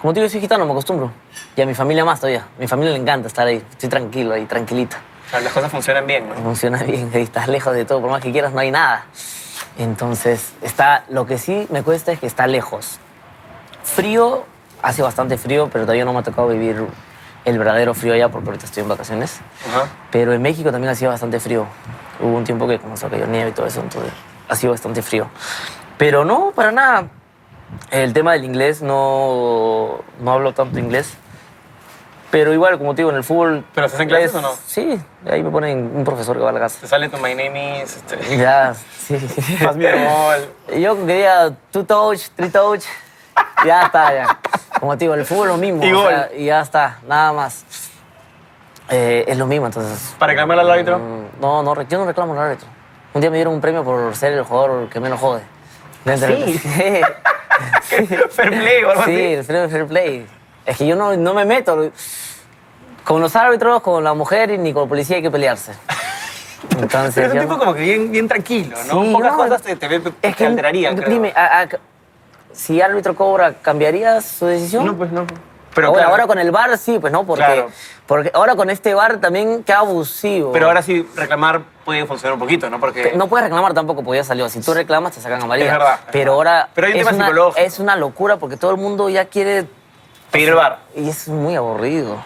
Speaker 2: como te digo, soy gitano, me acostumbro. Y a mi familia más todavía. A mi familia le encanta estar ahí. Estoy tranquilo ahí, tranquilita.
Speaker 1: O sea, las cosas funcionan bien, ¿no?
Speaker 2: Funciona bien, ahí estás lejos de todo. Por más que quieras, no hay nada. Entonces, está, lo que sí me cuesta es que está lejos. Frío, hace bastante frío, pero todavía no me ha tocado vivir el verdadero frío allá porque ahorita estoy en vacaciones.
Speaker 1: Ajá.
Speaker 2: Pero en México también hacía bastante frío. Hubo un tiempo que comenzó a caer nieve y todo eso, entonces ha sido bastante frío. Pero no, para nada. El tema del inglés, no, no hablo tanto inglés. Pero igual, como te digo, en el fútbol...
Speaker 1: ¿Pero estás en clases
Speaker 2: es-
Speaker 1: o no?
Speaker 2: Sí, ahí me ponen un profesor que va a la casa.
Speaker 1: Te sale tu My Name is. Este,
Speaker 2: Ya, sí.
Speaker 1: Haz mi gol.
Speaker 2: Yo quería two touch, three touch. Ya está, ya. Como te digo, el fútbol es lo mismo.
Speaker 1: Y
Speaker 2: o
Speaker 1: gol.
Speaker 2: sea, y ya está, nada más. Eh, es lo mismo, entonces.
Speaker 1: ¿Para reclamar al árbitro?
Speaker 2: Mm, No, no, re- yo no reclamo al árbitro. Un día me dieron un premio por ser el jugador que menos jode. Dentro del-
Speaker 1: Sí.
Speaker 2: sí,
Speaker 1: Fair play o algo
Speaker 2: sí,
Speaker 1: así.
Speaker 2: el premio fair play. Es que yo no, no me meto. Con los árbitros, con la mujer y ni con la policía hay que pelearse. Entonces,
Speaker 1: Pero es un
Speaker 2: yo
Speaker 1: tipo
Speaker 2: no-
Speaker 1: como que bien, bien tranquilo, ¿no?
Speaker 2: Sí,
Speaker 1: Pocas
Speaker 2: no,
Speaker 1: cosas te, te, ve-
Speaker 2: es
Speaker 1: te
Speaker 2: que,
Speaker 1: alterarían. creo.
Speaker 2: Dime, a- a- si árbitro cobra, ¿cambiarías su decisión?
Speaker 1: No, pues no. Pero
Speaker 2: ahora,
Speaker 1: claro,
Speaker 2: ahora con el bar sí, pues no, porque,
Speaker 1: Claro.
Speaker 2: porque ahora con este bar también qué abusivo.
Speaker 1: Pero ahora sí, reclamar puede funcionar un poquito, ¿no? Porque.
Speaker 2: Pe- No puedes reclamar tampoco porque ya salió. Si tú reclamas, te sacan amarilla.
Speaker 1: Es verdad, es
Speaker 2: Pero
Speaker 1: verdad.
Speaker 2: ahora
Speaker 1: Pero hay un
Speaker 2: es,
Speaker 1: tema
Speaker 2: una,
Speaker 1: psicológico.
Speaker 2: es una locura porque todo el mundo ya quiere...
Speaker 1: Pedir el bar.
Speaker 2: Y es muy aburrido.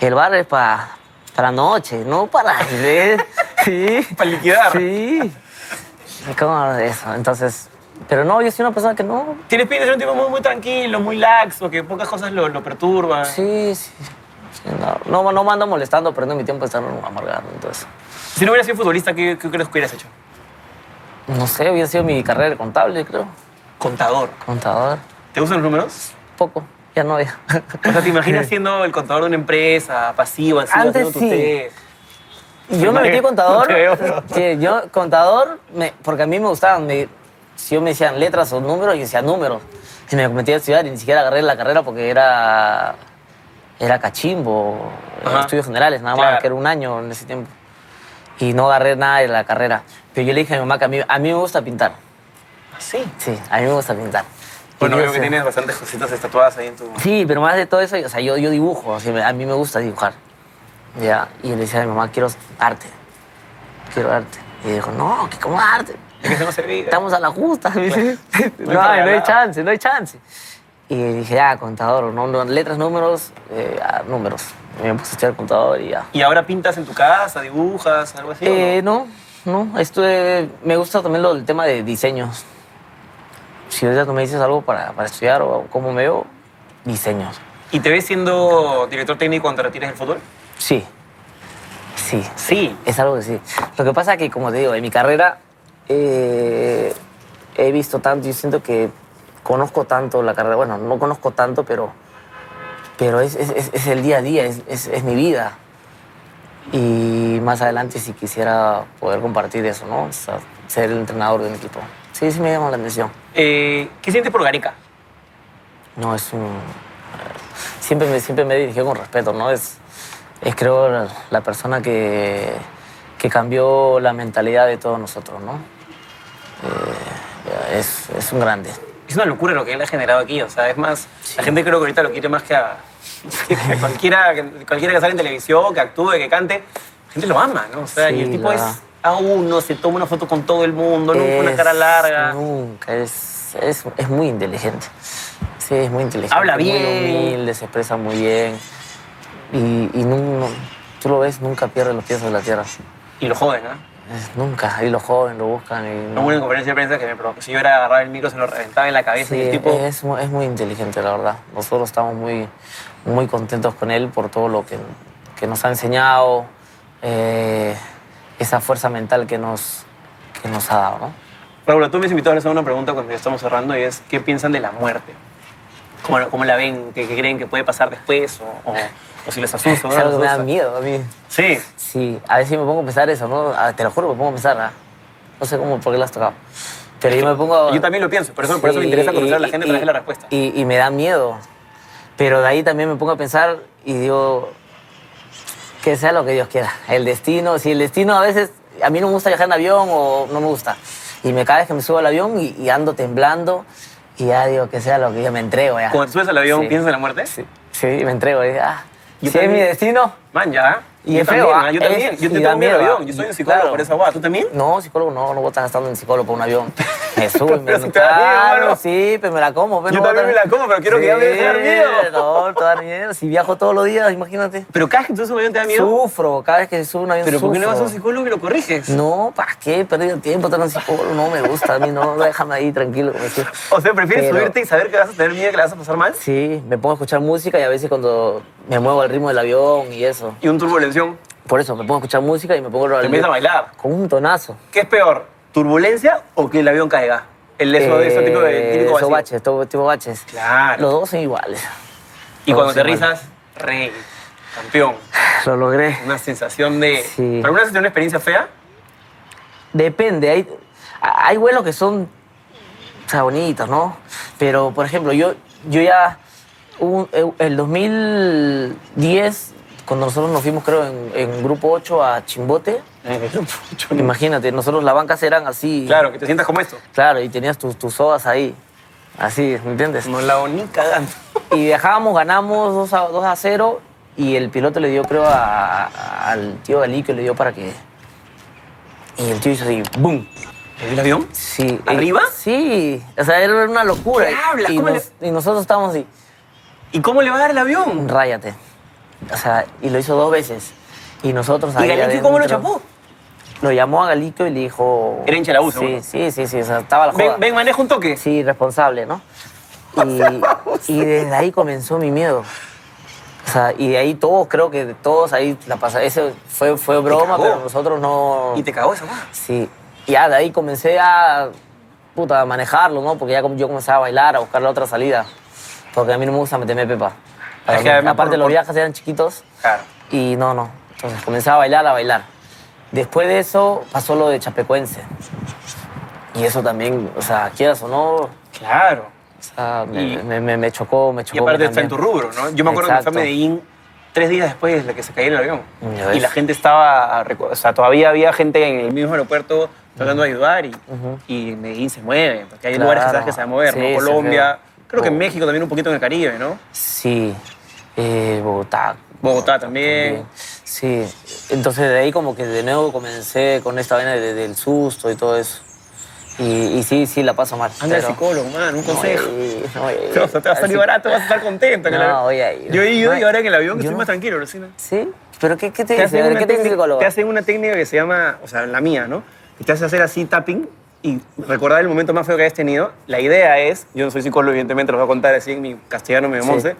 Speaker 2: El bar es para para la noche, no para... ¿ves? sí.
Speaker 1: Para liquidar.
Speaker 2: Sí. ¿Cómo eso? Entonces... Pero no, yo soy una persona que no...
Speaker 1: Tienes pinta de ser un tipo muy, muy tranquilo, muy laxo, que pocas cosas lo, lo perturban.
Speaker 2: Sí, sí. Sí, No, no, no me ando molestando, perdiendo mi tiempo estar amargado. Entonces,
Speaker 1: Si no hubieras sido futbolista, ¿qué, qué crees que hubieras hecho?
Speaker 2: no sé, hubiera sido mi carrera de contable, creo.
Speaker 1: Contador.
Speaker 2: Contador,
Speaker 1: ¿Te gustan los números?
Speaker 2: poco. Ya no ya.
Speaker 1: O sea, ¿te imaginas siendo el contador de una empresa, pasivo, así,
Speaker 2: Antes
Speaker 1: haciendo tu
Speaker 2: sí.
Speaker 1: té?
Speaker 2: Y yo
Speaker 1: No
Speaker 2: me metí
Speaker 1: te-
Speaker 2: contador.
Speaker 1: no te veo, bro.
Speaker 2: sí, yo contador, me- porque a mí me gustaban. me- si yo me decían letras o números, yo decía números. Y me metí a estudiar y ni siquiera agarré la carrera porque era. Era cachimbo,
Speaker 1: Ajá.
Speaker 2: estudios generales, nada
Speaker 1: Claro.
Speaker 2: más, que era un año en ese tiempo. Y no agarré nada de la carrera. Pero yo le dije a mi mamá que a mí, a mí me gusta pintar.
Speaker 1: Sí.
Speaker 2: Sí, a mí me gusta pintar.
Speaker 1: Bueno,
Speaker 2: Y yo
Speaker 1: veo que
Speaker 2: sé-
Speaker 1: tienes bastantes cositas estatuadas ahí en tu.
Speaker 2: Sí, pero más de todo eso, o sea, yo, yo dibujo, o sea, a mí me gusta dibujar. Ya, y le decía a mi mamá, quiero arte, quiero arte. Y dijo, no, que cómo darte.
Speaker 1: Es que eso no se vive.
Speaker 2: Estamos a la justa. me dice.
Speaker 1: No hay
Speaker 2: no, hay, no hay
Speaker 1: regalado.
Speaker 2: chance, no hay chance. Y dije, ya, contador, no, no, letras, números, eh, ah, números. Me puse a estudiar contador y ya.
Speaker 1: ¿Y ahora pintas en tu casa, dibujas, algo así? o no?
Speaker 2: Eh, no, no. Esto eh, me gusta también lo del tema de diseños. Si ahorita tú me dices algo para, para estudiar o cómo me veo, diseños.
Speaker 1: ¿Y te ves siendo director técnico cuando te retires del fútbol?
Speaker 2: Sí. Sí.
Speaker 1: Sí.
Speaker 2: Es algo que sí. Lo que pasa que, como te digo, en mi carrera eh, he visto tanto, yo siento que conozco tanto la carrera. Bueno, no conozco tanto, pero, pero es, es- es- es el día a día, es, es- es mi vida. Y más adelante si quisiera poder compartir eso, ¿no? O sea, ser el entrenador de un equipo. Sí, sí me llama la atención.
Speaker 1: Eh, ¿Qué sientes por Gareca?
Speaker 2: No, es un... Siempre me, siempre me dirigió con respeto, ¿no? Es, es creo, la, la persona que, que cambió la mentalidad de todos nosotros, ¿no? Eh, es, es un grande.
Speaker 1: Es una locura lo que él ha generado aquí, o sea, es más, la gente creo que ahorita lo quiere más que a, que a cualquiera, que- cualquiera que sale en televisión, que actúe, que cante, la gente lo ama, ¿no? O sea, y el
Speaker 2: Sí,
Speaker 1: tipo
Speaker 2: la-
Speaker 1: es a uno, se toma una foto con todo el mundo, nunca una
Speaker 2: Es-
Speaker 1: cara larga,
Speaker 2: Nunca, es, es, es muy inteligente. Sí, es muy inteligente.
Speaker 1: Habla
Speaker 2: muy
Speaker 1: bien.
Speaker 2: humilde, se expresa muy bien. Y, y nu- tú lo ves, nunca pierde los pies de la tierra.
Speaker 1: y lo joden, ¿ah?
Speaker 2: Es- nunca. Ahí los jóvenes lo buscan. Y
Speaker 1: No hubo una conferencia de prensa que me provocó. Si yo era agarrar el micro, se lo reventaba en la cabeza
Speaker 2: Sí,
Speaker 1: y el tipo.
Speaker 2: es, mu- es muy inteligente, la verdad. Nosotros estamos muy, muy contentos con él por todo lo que, que nos ha enseñado, eh, esa fuerza mental que nos, que nos ha dado. ¿no?
Speaker 1: Raúl, tú me has invitado a hacer una pregunta cuando ya estamos cerrando y es: ¿qué piensan de la muerte? ¿Cómo, la- cómo la ven? ¿Qué, qué creen que puede pasar después? ¿O, o- o si les asusta? o
Speaker 2: Es
Speaker 1: no
Speaker 2: algo que
Speaker 1: les
Speaker 2: me da
Speaker 1: asusta?
Speaker 2: miedo a mí.
Speaker 1: Sí.
Speaker 2: Sí, a veces me pongo a pensar eso, ¿no? Ah, te lo juro, me pongo a pensar. ah, No sé cómo, por qué lo has tocado. Pero yo me pongo...
Speaker 1: Yo también lo pienso, por eso, por eso me interesa
Speaker 2: Sí,
Speaker 1: conocer a la
Speaker 2: y-
Speaker 1: gente
Speaker 2: y-
Speaker 1: para darle la respuesta.
Speaker 2: Y, y me da miedo. Pero de ahí también me pongo a pensar y digo, que sea lo que Dios quiera. El destino, si el destino a veces, a mí no me gusta viajar en avión o no me gusta. Y me cada vez que me subo al avión y, y ando temblando y ya digo, que sea lo que yo me entrego. Ya.
Speaker 1: Cuando te subes al avión,
Speaker 2: Sí.
Speaker 1: ¿piensas en la muerte?
Speaker 2: Sí, sí, me entrego. y, ah,
Speaker 1: Yo
Speaker 2: si
Speaker 1: también-
Speaker 2: es mi destino,
Speaker 1: Man, ya.
Speaker 2: Y
Speaker 1: yo
Speaker 2: es
Speaker 1: también,
Speaker 2: feo,
Speaker 1: ah, Yo
Speaker 2: es-
Speaker 1: también. yo
Speaker 2: y
Speaker 1: te
Speaker 2: da
Speaker 1: tengo miedo al
Speaker 2: miedo,
Speaker 1: avión. Yo soy un psicólogo
Speaker 2: claro.
Speaker 1: por esa guagua. ¿Tú también?
Speaker 2: No, psicólogo no, no voy a estar gastando en psicólogo por un avión. Me subo y me
Speaker 1: Pero si te da miedo,
Speaker 2: claro,
Speaker 1: mano.
Speaker 2: sí, pero me la como. Pero
Speaker 1: Yo
Speaker 2: no voy a
Speaker 1: también
Speaker 2: estar-
Speaker 1: me la como, pero quiero que ya me deje
Speaker 2: Sí,
Speaker 1: dar miedo.
Speaker 2: No, te va a dar miedo. Si viajo todos los días, imagínate.
Speaker 1: Pero cada vez que tú subes al avión te da miedo.
Speaker 2: Sufro, cada vez que subo un avión
Speaker 1: Pero ¿por qué no vas a un
Speaker 2: sufro.
Speaker 1: psicólogo y lo corriges?
Speaker 2: No, ¿para qué? He perdido tiempo, estar en psicólogo, no me gusta, a mí no, déjame ahí tranquilo. como decía.
Speaker 1: O sea, ¿prefieres
Speaker 2: Pero-
Speaker 1: subirte y saber que vas a tener miedo que la vas a pasar mal?
Speaker 2: Sí, me pongo a escuchar música y a veces cuando me muevo al ritmo del avión y eso.
Speaker 1: Y un turbulención.
Speaker 2: Por eso, me pongo a escuchar música y me pongo
Speaker 1: Te
Speaker 2: al
Speaker 1: empiezas a bailar.
Speaker 2: con un tonazo.
Speaker 1: ¿Qué es peor? ¿Turbulencia o que el avión caiga? El eso,
Speaker 2: Eh,
Speaker 1: eso tipo de típico
Speaker 2: esos
Speaker 1: vacío.
Speaker 2: baches, todo tipo baches.
Speaker 1: Claro.
Speaker 2: Los dos son iguales.
Speaker 1: y
Speaker 2: Los
Speaker 1: cuando
Speaker 2: dos son iguales.
Speaker 1: aterrizas, rey, campeón.
Speaker 2: Lo logré.
Speaker 1: Una sensación de.
Speaker 2: Sí.
Speaker 1: ¿Alguna vez has tenido una experiencia fea?
Speaker 2: Depende, hay, hay vuelos que son o sea, bonitos, ¿no? Pero, por ejemplo, yo, yo ya, un- eh, el 2010, cuando nosotros nos fuimos, creo, en, en grupo 8 a Chimbote, imagínate, nosotros las bancas eran así,
Speaker 1: Claro, que te sientas como esto.
Speaker 2: claro, y tenías tus, tus sodas ahí, así, ¿me entiendes?
Speaker 1: No la hago ni cagando.
Speaker 2: Y viajábamos, ganamos 2 a, 2 a 0 y el piloto le dio, creo, a- a- al tío Dalí que le dio para que... Y el tío hizo así, ¡boom!
Speaker 1: ¿Te dio el avión?
Speaker 2: Sí.
Speaker 1: ¿Arriba?
Speaker 2: Eh, Sí. O sea, era una locura.
Speaker 1: ¿Qué hablas?
Speaker 2: Y,
Speaker 1: ¿Cómo
Speaker 2: nos- y nosotros estábamos así,
Speaker 1: ¿Y cómo le va a dar el avión?
Speaker 2: ráyate. O sea, y lo hizo dos veces. Y nosotros
Speaker 1: ¿Y
Speaker 2: ahí
Speaker 1: Galicia cómo lo
Speaker 2: adentro.
Speaker 1: chapó?
Speaker 2: Lo llamó a Galico y le dijo...
Speaker 1: Era hincha de la U,
Speaker 2: Sí,
Speaker 1: seguro.
Speaker 2: sí, sí, sí. O sea, estaba la joda.
Speaker 1: Ven, ven, maneja un toque.
Speaker 2: Sí, responsable, ¿no? Y, y desde ahí comenzó mi miedo. O sea, y de ahí todos, creo que de todos ahí la pasaron. Eso fue, fue broma,
Speaker 1: cagó.
Speaker 2: pero nosotros no...
Speaker 1: Y te cagó esa guagua.
Speaker 2: Sí. Ya de ahí comencé a, puta, a manejarlo, ¿no? Porque ya com- yo comencé a bailar, a buscar la otra salida. Porque a mí no me gusta meterme pepa. Para
Speaker 1: que
Speaker 2: mí-
Speaker 1: además
Speaker 2: aparte
Speaker 1: por-
Speaker 2: los
Speaker 1: por-
Speaker 2: viajes eran chiquitos
Speaker 1: Claro.
Speaker 2: y no, no. Entonces comencé a bailar, a bailar. Después de eso pasó lo de Chapecuense. Y eso también, o sea, quieras o no, o
Speaker 1: Claro.
Speaker 2: sea, me,
Speaker 1: Y-
Speaker 2: me- me- me chocó, me chocó.
Speaker 1: Y aparte está
Speaker 2: también.
Speaker 1: en tu rubro, ¿no? Yo me acuerdo que
Speaker 2: Exacto.
Speaker 1: fue a Medellín tres días después de que se caía el avión.
Speaker 2: Ya ves.
Speaker 1: Y la gente estaba, reco- o sea, todavía había gente en el mismo aeropuerto tratando de ayudar y, y Medellín se mueve, porque hay lugares que
Speaker 2: Claro.
Speaker 1: sabes que se van a mover,
Speaker 2: Sí, se
Speaker 1: ¿no? Colombia,
Speaker 2: mueve.
Speaker 1: creo que en
Speaker 2: Oh.
Speaker 1: México también un poquito en el Caribe, ¿no?
Speaker 2: Sí, eh, Bogotá.
Speaker 1: Bogotá también.
Speaker 2: Sí, Entonces de ahí como que de nuevo comencé con esta vaina de- del susto y todo eso. Y, y sí, sí, la paso mal.
Speaker 1: Anda al
Speaker 2: pero-
Speaker 1: psicólogo, man, un
Speaker 2: No voy a
Speaker 1: consejo.
Speaker 2: ir, no voy a ir.
Speaker 1: No, te va a salir
Speaker 2: Así-
Speaker 1: barato, vas a estar contento.
Speaker 2: No,
Speaker 1: claro.
Speaker 2: voy a ir.
Speaker 1: Yo he ido
Speaker 2: No,
Speaker 1: y ahora en el avión que
Speaker 2: yo
Speaker 1: estoy
Speaker 2: no.
Speaker 1: más tranquilo, Lucina.
Speaker 2: ¿Sí? ¿Pero qué, qué te,
Speaker 1: Te
Speaker 2: dice? A
Speaker 1: hacen,
Speaker 2: ver,
Speaker 1: una
Speaker 2: ¿Qué te dice el
Speaker 1: técnica,
Speaker 2: psicólogo?
Speaker 1: te hacen una técnica que se llama, o sea, la mía, ¿no? Que te hace hacer así tapping y recordar el momento más feo que hayas tenido. La idea es, yo no soy psicólogo, evidentemente, lo voy a contar así en mi castellano medio
Speaker 2: Sí.
Speaker 1: monce,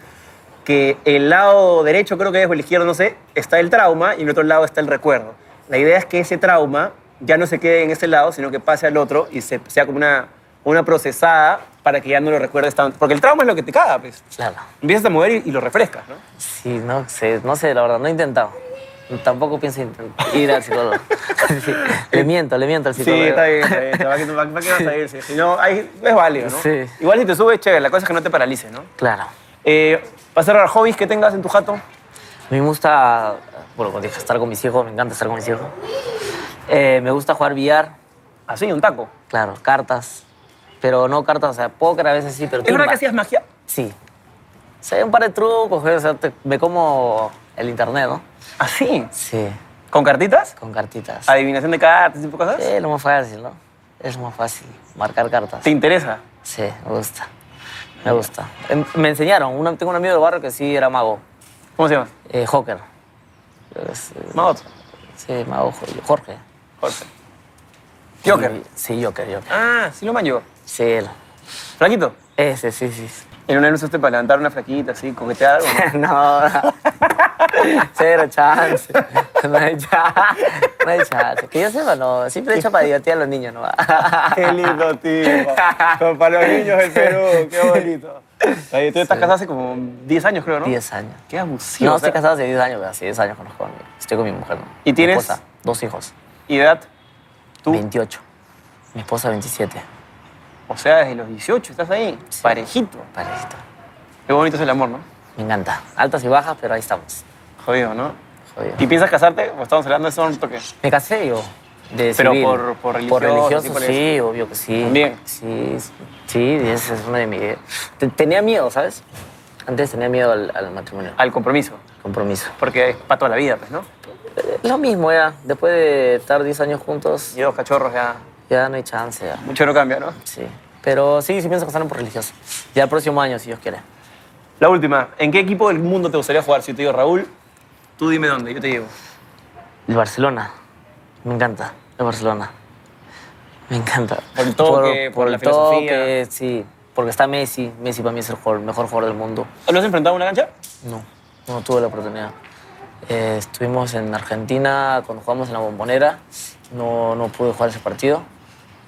Speaker 1: que el lado derecho, creo que es, o el izquierdo, no sé, está el trauma y el otro lado está el recuerdo. La idea es que ese trauma ya no se quede en ese lado, sino que pase al otro y se- sea como una, una procesada para que ya no lo recuerdes tanto. Porque el trauma es lo que te caga, pues.
Speaker 2: Claro.
Speaker 1: Empiezas a mover y, y lo refrescas, ¿no?
Speaker 2: Sí, no sé, no sé, la verdad, no he intentado. Tampoco pienso intent- ir al psicólogo. Sí, Le miento, le miento al
Speaker 1: Sí,
Speaker 2: psicólogo.
Speaker 1: está bien, está bien. Te va que- va- va que vas a ir? sí. Si no, ahí es válido, ¿no?
Speaker 2: Sí.
Speaker 1: Igual si te subes, chévere. La cosa es que no te paralices, ¿no?
Speaker 2: Claro.
Speaker 1: Eh, pasar a hobbies que tengas en tu jato.
Speaker 2: A mí me gusta, bueno, como dije, estar con mis hijos, me encanta estar con mis hijos. Eh, me gusta jugar billar,
Speaker 1: Así, un taco.
Speaker 2: claro, cartas, pero no cartas, o sea, póker a veces sí, pero
Speaker 1: ¿Es verdad
Speaker 2: tumba.
Speaker 1: que hacías magia?
Speaker 2: Sí. O sea, un par de trucos, o sea, te- me como el internet, ¿no?
Speaker 1: ¿Así?
Speaker 2: Sí,
Speaker 1: ¿Con cartitas?
Speaker 2: con cartitas.
Speaker 1: ¿Adivinación de cartas, ese tipo de cosas?
Speaker 2: Sí, lo más fácil, ¿no? Es lo más fácil, marcar cartas.
Speaker 1: ¿Te interesa?
Speaker 2: Sí, me gusta. Me gusta. Em, Me enseñaron, una- tengo un amigo del barrio que sí era mago,
Speaker 1: ¿Cómo se llama?
Speaker 2: eh, hawker. Es, eh,
Speaker 1: Magot.
Speaker 2: Sí, mago Jorge.
Speaker 1: Jorge. Joker.
Speaker 2: Y- Sí, Joker, Joker.
Speaker 1: Ah, sí lo manjo.
Speaker 2: Sí, él.
Speaker 1: Flaquito.
Speaker 2: Ese, sí, sí. sí.
Speaker 1: En una luz usted para levantar una flaquita, así, coquetear. o no?
Speaker 2: no, no. Cero chance. No hay chance. No hay chance. Que yo sepa, no. Siempre he hecho para divertir a los niños, ¿no?
Speaker 1: Qué lindo tipo. Como Para los niños del Perú, qué bonito. Oye, Tú estás casado hace como 10 años, creo, ¿no?
Speaker 2: 10 años.
Speaker 1: Qué abusivo.
Speaker 2: No,
Speaker 1: o sea,
Speaker 2: estoy casado hace 10 años, pero hace 10 años conozco a mi- Estoy con mi mujer. ¿no?
Speaker 1: ¿Y
Speaker 2: Mi
Speaker 1: tienes?
Speaker 2: esposa, dos hijos.
Speaker 1: ¿Y edad? Tú.
Speaker 2: 28. Mi esposa 27.
Speaker 1: O sea, desde los 18 estás ahí, parejito.
Speaker 2: Parejito.
Speaker 1: Qué bonito es el amor, ¿no?
Speaker 2: Me encanta. Altas y bajas, pero ahí estamos.
Speaker 1: Jodido, ¿no?
Speaker 2: Jodido.
Speaker 1: ¿Y piensas casarte? O estamos hablando de eso un toque.
Speaker 2: Me casé yo. De
Speaker 1: Pero
Speaker 2: civil.
Speaker 1: por- por religioso,
Speaker 2: Por religioso,
Speaker 1: sí, por
Speaker 2: sí, obvio que sí.
Speaker 1: También.
Speaker 2: Sí, sí, esa es una de mis... Te- Tenía miedo, ¿sabes? Antes tenía miedo al, al matrimonio, al
Speaker 1: Al compromiso.
Speaker 2: compromiso.
Speaker 1: Porque es para toda la vida, pues, ¿no?
Speaker 2: Eh, Lo mismo ya, después de estar 10 años juntos,
Speaker 1: Y dos cachorros ya.
Speaker 2: ya no hay chance, ya.
Speaker 1: Mucho no cambia, ¿no?
Speaker 2: Sí. Pero sí, sí pienso casarme por religioso. Ya el próximo año, si Dios quiere.
Speaker 1: La última. ¿En qué equipo del mundo te gustaría jugar? Si yo te digo Raúl, tú dime dónde, yo te llevo.
Speaker 2: El Barcelona. Me encanta, el Barcelona. Me encanta.
Speaker 1: Por el toque, por la
Speaker 2: el toque,
Speaker 1: filosofía.
Speaker 2: sí. Porque está Messi. Messi para mí es el jugador- mejor jugador del mundo.
Speaker 1: ¿Lo has enfrentado en una cancha?
Speaker 2: No, no tuve la oportunidad. Eh, estuvimos en Argentina cuando jugamos en la Bombonera. No, no pude jugar ese partido.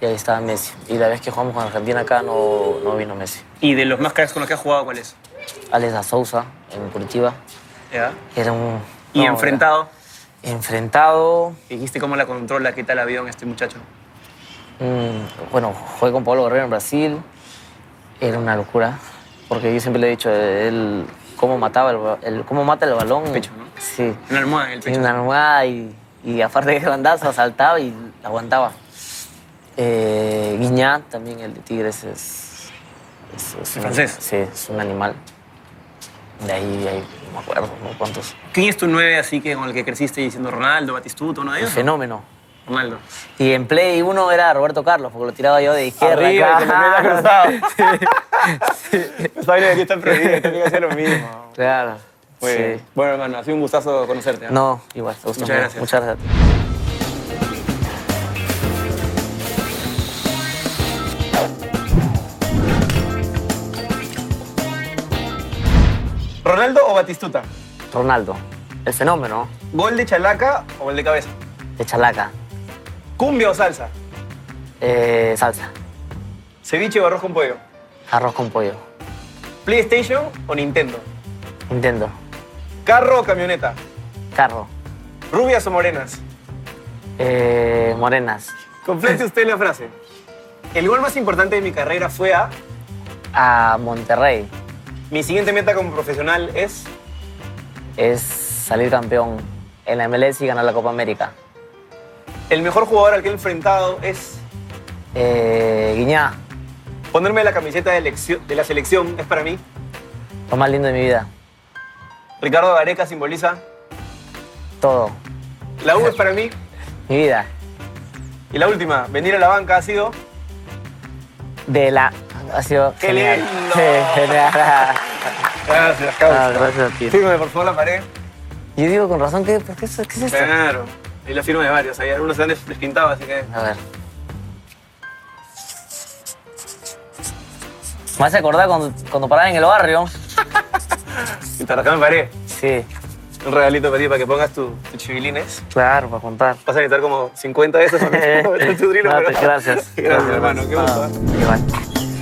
Speaker 2: Y ahí estaba Messi. Y la vez que jugamos con Argentina acá no, no vino Messi.
Speaker 1: ¿Y de los más cracks con los que has jugado, cuál es?
Speaker 2: Alex da Sousa en Curitiba.
Speaker 1: ¿Ya?
Speaker 2: Era un.
Speaker 1: ¿Y
Speaker 2: no,
Speaker 1: enfrentado?
Speaker 2: era- Enfrentado.
Speaker 1: Dijiste cómo la controla, qué tal avión este muchacho.
Speaker 2: Mm, bueno, jugué con Pablo Guerrero en Brasil. Era una locura. Porque yo siempre le he dicho, eh, él cómo mataba el, ba- el- cómo mata el balón.
Speaker 1: Pecho, ¿no?
Speaker 2: Sí.
Speaker 1: Una almohada en el
Speaker 2: Tenía
Speaker 1: pecho.
Speaker 2: una almohada y, y aparte de bandazo, saltaba y la aguantaba. Eh, Guiñat, también el de Tigres, es. es- es
Speaker 1: ¿El
Speaker 2: un-
Speaker 1: francés?
Speaker 2: Sí, es un animal. De ahí, de ahí, no me acuerdo ¿no? cuántos.
Speaker 1: ¿Quién es tu nueve así que con el que creciste diciendo Ronaldo, Batistuta, uno de
Speaker 2: El
Speaker 1: ellos?
Speaker 2: fenómeno.
Speaker 1: Ronaldo.
Speaker 2: Y en Play uno era Roberto Carlos, porque lo tiraba yo de izquierda.
Speaker 1: Arriba,
Speaker 2: acá.
Speaker 1: que le meta cruzado. Esa vaina debería estar prohibida, tenía este que hacer lo mismo.
Speaker 2: Claro.
Speaker 1: Pues,
Speaker 2: sí.
Speaker 1: Bueno, hermano, ha sido un gustazo conocerte. ¿eh?
Speaker 2: No, igual, te gustó
Speaker 1: Muchas gracias.
Speaker 2: mucho. Muchas gracias.
Speaker 1: ¿Ronaldo o Batistuta?
Speaker 2: Ronaldo, el fenómeno
Speaker 1: ¿Gol de chalaca o gol de cabeza?
Speaker 2: de Chalaca,
Speaker 1: ¿Cumbia o salsa?
Speaker 2: eh, salsa,
Speaker 1: ¿Ceviche o arroz con pollo?
Speaker 2: arroz con pollo,
Speaker 1: ¿PlayStation o Nintendo?
Speaker 2: Nintendo,
Speaker 1: ¿Carro o camioneta?
Speaker 2: carro,
Speaker 1: ¿Rubias o morenas?
Speaker 2: eh, morenas,
Speaker 1: Complete usted la frase. El gol más importante de mi carrera fue a...
Speaker 2: a Monterrey
Speaker 1: Mi siguiente meta como profesional es...
Speaker 2: es salir campeón en la MLS y ganar la Copa América.
Speaker 1: El mejor jugador al que he enfrentado es...
Speaker 2: Eh, Guiñá,
Speaker 1: Ponerme la camiseta de, eleccio- de la selección es para mí.
Speaker 2: lo más lindo de mi vida,
Speaker 1: Ricardo Gareca simboliza
Speaker 2: todo,
Speaker 1: La U es para mí.
Speaker 2: Mi vida,
Speaker 1: Y la última, venir a la banca ha sido.
Speaker 2: de la... Ha sido
Speaker 1: ¡Qué
Speaker 2: genial.
Speaker 1: lindo!
Speaker 2: Sí, genial.
Speaker 1: Gracias,
Speaker 2: Ah, gracias a ti.
Speaker 1: Fírmame, por favor, la pared.
Speaker 2: Yo digo con razón, ¿qué, ¿por qué, es- qué es esto?
Speaker 1: Claro. Y la firma de varios. Ahí algunos se han des- despintado, así que.
Speaker 2: A ver. Me hace acordar cuando, cuando paraba en el barrio.
Speaker 1: Y te en pared.
Speaker 2: Sí,
Speaker 1: Un regalito para ti para que pongas tu- tus chivilines.
Speaker 2: claro, para contar.
Speaker 1: Vas a necesitar como 50 de esos para que- para tu drilo,
Speaker 2: No,
Speaker 1: pero-
Speaker 2: te- gracias.
Speaker 1: Gracias, hermano. Qué gusto. ¿eh?
Speaker 2: Ah, igual.